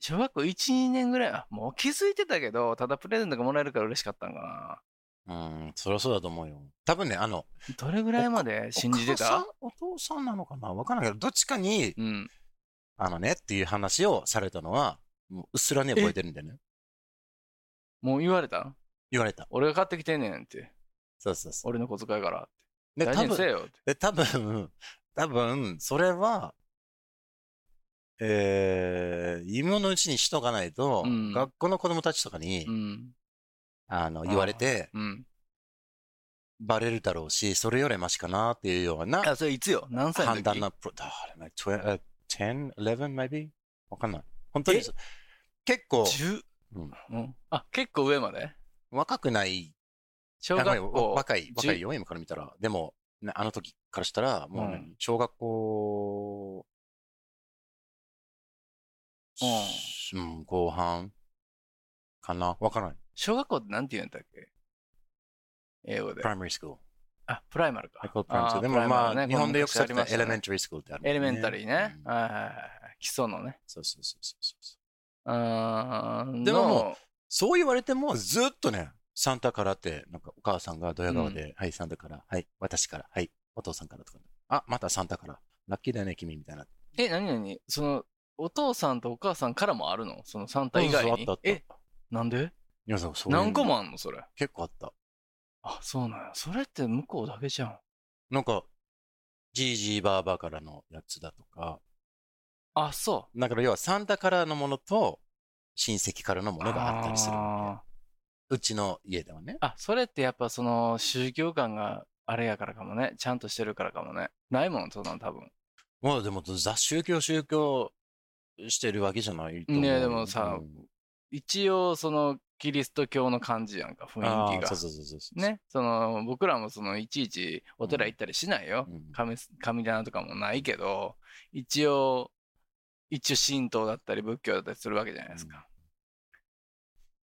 小学校1、2年ぐらいは、もう気づいてたけど、ただプレゼントがもらえるから嬉しかったんかうん、そりゃそうだと思うよ。多分ね、あの、などれぐらいまで信じてたお母さんお父さんなのかなわからないけど、どっちかに、うん。あのね、っていう話をされたのは、もううっすらね、え覚えてるんだよね。もう言われたん言われた。俺が買ってきてんねんって。そうそうそ俺の小遣いからって。う。で、大多事に分せ、よって。で、多分、多分、それは、えー、今のうちにしとかないと、うん学校の子供たちとかに、うん。あの、言われて、うん。バレるだろうし、それよりマシかなっていうようなあ、それいつよ何歳の時判断なプロ、だからね、12え10、11 maybe? わかんない。本当にえ、結構、 10、うんうんあ、結構上まで若くない、小あごめ学ん校。若い、若いよ、今から見たら。でも、ねあの時からしたら、もうね、うん小学校、うん、後半かなわからない。小学校ってなんて言うんだっけ英語で。 primary school。あ、プライマルか。 I call it primary あ school. ーでプもライまマルねあ、日本でよくされてたこの昔ありまし elementary school ってあるもんね。エレメンタリーねう。んはいはいはいはい。基礎のね。そうそうそうそうそうう。ーんでものそう言われても、ずっとね、サンタからって、なんかお母さんがドヤ顔で、はい、サンタから、はい、私から、はい、お父さんからとか、あ、またサンタから、ラッキーだね、君、みたいな。え、何々その、お父さんとお母さんからもあるのそのサンタ以外そうそうにそうあっ。たあっえ、なんでいや、そう、そういうの何個もあんのそれ。結構あった。あ、そうなんや。それって向こうだけじゃん。なんか、ジージーバーバーからのやつだとか、あ、そう。だから要はサンタからのものと、親戚からのものがあったりするあーわけ。うちの家ではね。あ、それってやっぱその宗教観があれやからかもね。ちゃんとしてるからかもね。ないもん、そんなん多分。まあでも、ザ宗教宗教してるわけじゃないと思う。ねでもさうん一応そのキリスト教の感じやんか、雰あ囲気ーがそう。そうそうそうそう。ね、その僕らもそのいちいちお寺行ったりしないよう。ん。神神棚とかもないけど、一応、一応神道だったり仏教だったりするわけじゃないですか。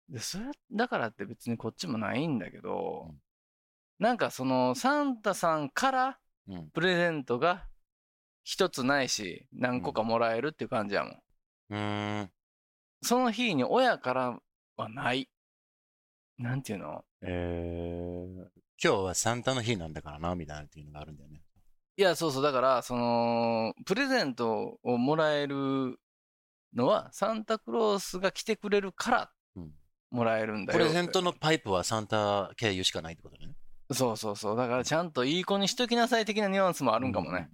で、それ、だからって別にこっちもないんだけど、うんなんかそのサンタさんからうんプレゼントが一つないし、何個かもらえるっていう感じやもん。うーん。その日に親からはない。なんていうのえー、今日はサンタの日なんだからな、みたいなっていうのがあるんだよね。いや、そうそう、だから、その、プレゼントをもらえるのは、サンタクロースが来てくれるからうん、もらえるんだプよ。レゼントのパイプはサンタ経由しかないってことね。そうそうそう、だから、ちゃんといい子にしときなさい的なニュアンスもああるんかもね。。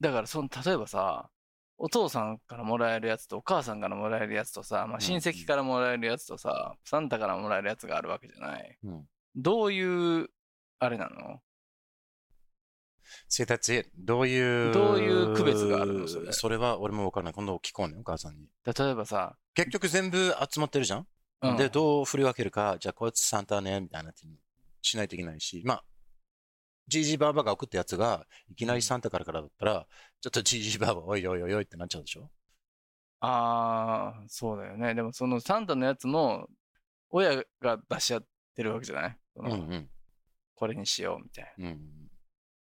だからその例えばさお父さんからもらえるやつとお母さんからもらえるやつとさ、まあ、ん親戚からもらえるやつとさ、サンタからもらえるやつがあるわけじゃない、うんどういうあれなの See, that's it. どういう。どういう区別があるのそれは俺もわからない。今度聞こうね、お母さんに。例えばさ、結局全部集まってるじゃん、うんで、どう振り分けるか、じゃあこいつサンタね、みたいなっていうのしないといけないし、まあ、ジージーバーバーが送ったやつが、いきなりサンタからからだったら、ちょっとジージーバーバー、おいおいおいおいってなっちゃうでしょああそうだよねでもそのサンタのやつも親が出し合ってるわけじゃない、そうんのうん。これにしようみたいなうん。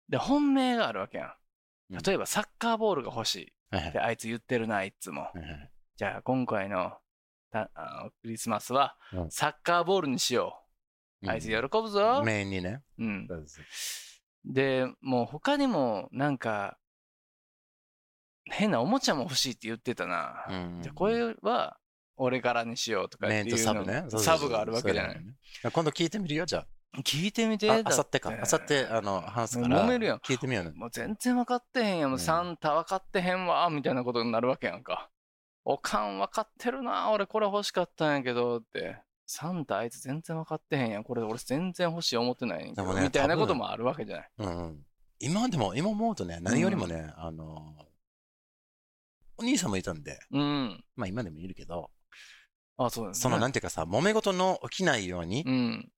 で本命があるわけやんうん例えばサッカーボールが欲しいはいはいってあいつ言ってるないっつも、はいはい。じゃあ今回のたあのクリスマスはうんサッカーボールにしよう。あいつ喜ぶぞ。メインにね。うん、でもう他にもなんか変なおもちゃも欲しいって言ってたな。うんじゃあこれは俺からにしようとかっメてインいうとのサブね。そうそうそうサブがあるわけじゃなそうい。だよね今度聞いてみるよ、じゃ聞いてみてあ。あだあさってか。あさって、あの、話すかもら。う揉めるやん聞いてみようね。もう全然分かってへんやん、もううんサンタ分かってへんわみたいなことになるわけやんかおかん分かってるな俺これ欲しかったんやけどってサンタあいつ全然分かってへんやんこれ俺全然欲しい思ってないねんけでど、もねみたいな多分こともあるわけじゃないうんうん今でも、今思うとね、何よりもね、あの、お兄さんもいたんで、うんまあ今でもいるけど、あそうですそのなんていうかさ、揉め事の起きないようにう、ん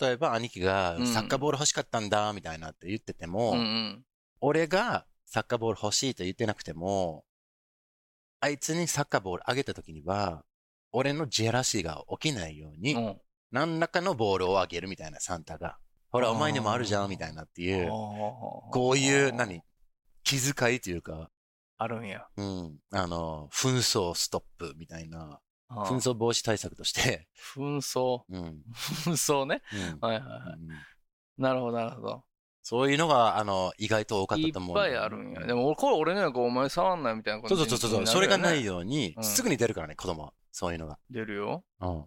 例えば兄貴がうんサッカーボール欲しかったんだ、みたいなって言っててうもんう、ん俺がサッカーボール欲しいと言ってなくても、あいつにサッカーボールあげた時には、俺のジェラシーが起きないように、うん。何らかのボールをあげるみたいな、サンタが。ほら、あーお前にもあるじゃん、みたいなっていう、ここういう、何気遣いというか、あるんや。うん、あの、紛争ストップみたいな、あ紛ー争防止対策として、 紛争。 うん、うん紛争ね。はいはいはうんい。なるほど、なるほど。そういうのが、あの、意外と多かっいたっと思う。ぱいあるんや。でも、これ俺のやからお前触んないみたいなこそとうそうそうそう、それがないよ。ように、うんすぐに出るからね、子供は。そういうのが。出るよ。うん。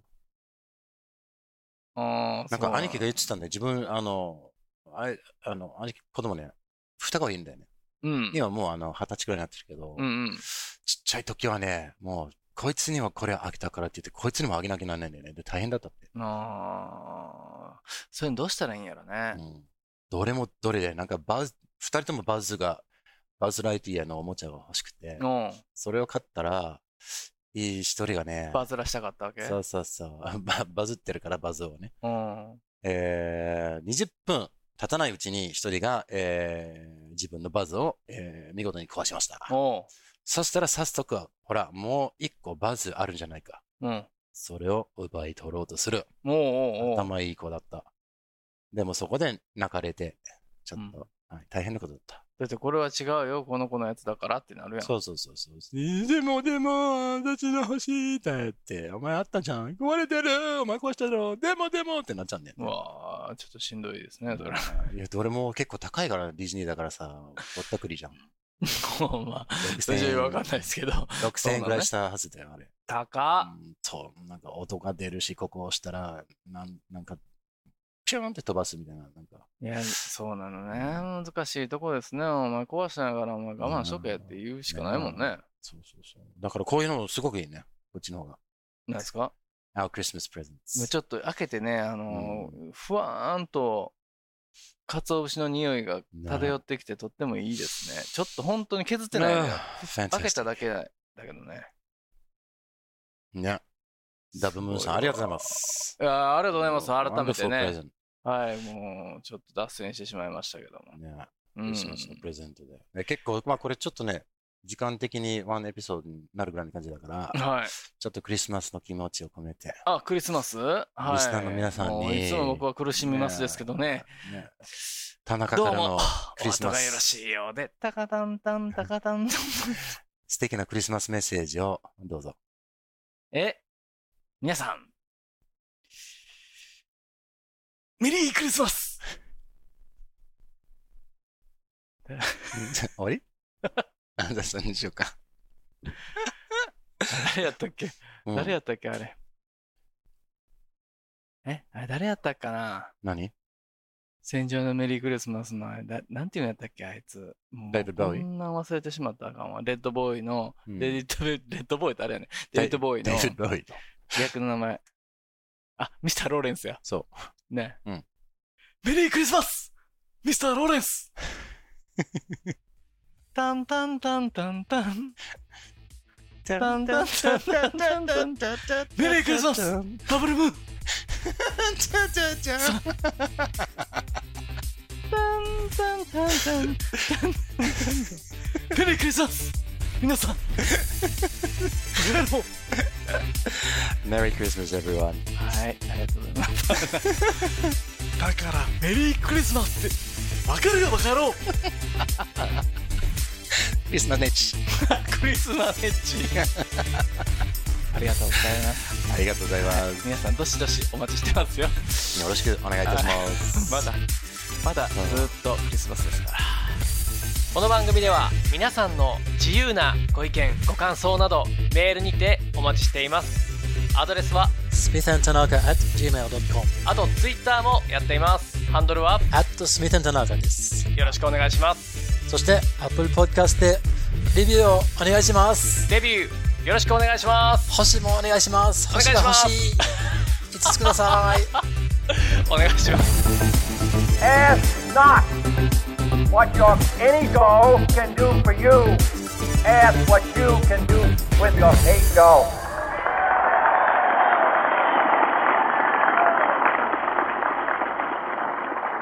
ああ、なんそうか兄貴が言ってたんで、自分、あの、あれあの、兄貴、子供ね、双子いるんだよね。うん。今もうあの、二十歳くらいになってるけど、うんうん。ちっちゃい時はね、もう、こいつにはこれあげたからって言って、こいつにもあげなきゃなんないんだよね。で、大変だったって。ああ、そういうのどうしたらいいんやろねう。ん。どれもどれで、なんかバズ、二人ともバズが、バズライトイヤーのおもちゃが欲しくて、うん。それを買ったら、いい一人がね、バズらしたかったわけ。そうそうそう、 ババズってるからバズをね。うん。えー、20分経たないうちに一人が、えー自分のバズを、えー見事に壊しました。おそしたら早速、ほら、もう一個バズあるんじゃないか。う。うん。それを奪い取ろうとする。もうおうおう。頭いい子だった。でもそこで泣かれて、ちょっと、はい大変なことだった。だってこれは違うよ、この子のやつだからってなるやん。そうそうそうそう。でもでも、私の欲しいだって、お前あったじゃん。壊れてるお前壊したろでもでもってなっちゃうんだようね。わあ、ちょっとしんどいですね、それ。いや、どれも結構高いから、ディズニーだからさ、ぼったくりじゃん。もうまあ、 6000私円はわかんないですけど。 6000円ぐらいしたはずだよ、あれ。高っ。うんと、なんか音が出るし、ここ押したら、なんなんか、ピューンって飛ばすみたいな、なんか。いや、そうなのね。難しいとこですね。お前壊したんやから、お前我慢しとけって言うしかないもんね。そうそうそう。だからこういうのもすごくいいね、こっちの方が。なんですか Our Christmas presents. ちょっと開けてね、あのーふわーんと、鰹節の匂いが漂ってきてとってもいいですね。ちょっと本当に削ってないよね。開けただけだだけどね。ね。ダブムーンさん、ありがとうございます。いやーありがとうございます。改めて Wonderful ね。はい、もうちょっと脱線してしまいましたけども present。ね。うクんリスマスのプレゼントで。で結構、まあこれちょっとね、時間的にワンエピソードになるぐらいの感じだから、はい。ちょっとクリスマスの気持ちを込めて。あ、クリスマスはい。リスナーの皆さんにもういつも僕は苦しみますですけどね。ね。ね田中どかうらもの、おクリスマ後スがよろしいようで、タカタンタンタカ タンタン。素敵なクリスマスメッセージを どうぞ。え、皆さん、メリークリスマス終わりあじゃあそれにしようか。 誰やったっけうん誰やったっけあれ。え、あれ誰やったっかな何戦場のメリークリスマスのあれだ、なんていうのやったっけあいつ。もうレッドボーイこんなん忘れてしまったらあかんわ。レッドボーイの、うんレッドレッドボーイってあれやね。レッドボーイの デイビッド・ボーイ。役の名前。あ、ミスター・ローレンスや。そね。うんメリークリスマスミスター・ローレンスタンタンタンタンタン。う。タンタンタンタンタンタン。メリークリスマスダブルムーンタンタンタンタンタンタンメリークリスマス皆さんメリークリスマス、everyone。はい、ありがとうございます。 だから、メリークリスマスって、わかるよ、バカ野 郎クリスマスネッチ。 クリスマスエッチ。 ありがとうございます。ありがとうございます。皆さん、どしどしお待ちしてますよ。よろしくお願いいたします。まだ、まだずっとクリスマスですから。この番組では皆さんの自由なご意見ご感想などメールにてお待ちしていますアドレスは smithandtanaka at gmail.com あとツイッターもやっていますハンドルは at smithandtanaka ですよろしくお願いしますそして Apple Podcast でレビューをお願いしますデビューよろしくお願いします星もお願いしますお願星いしがま欲すしい5つください お願いします Ask not what your any doll can do for you. Ask what you can do with your eight doll.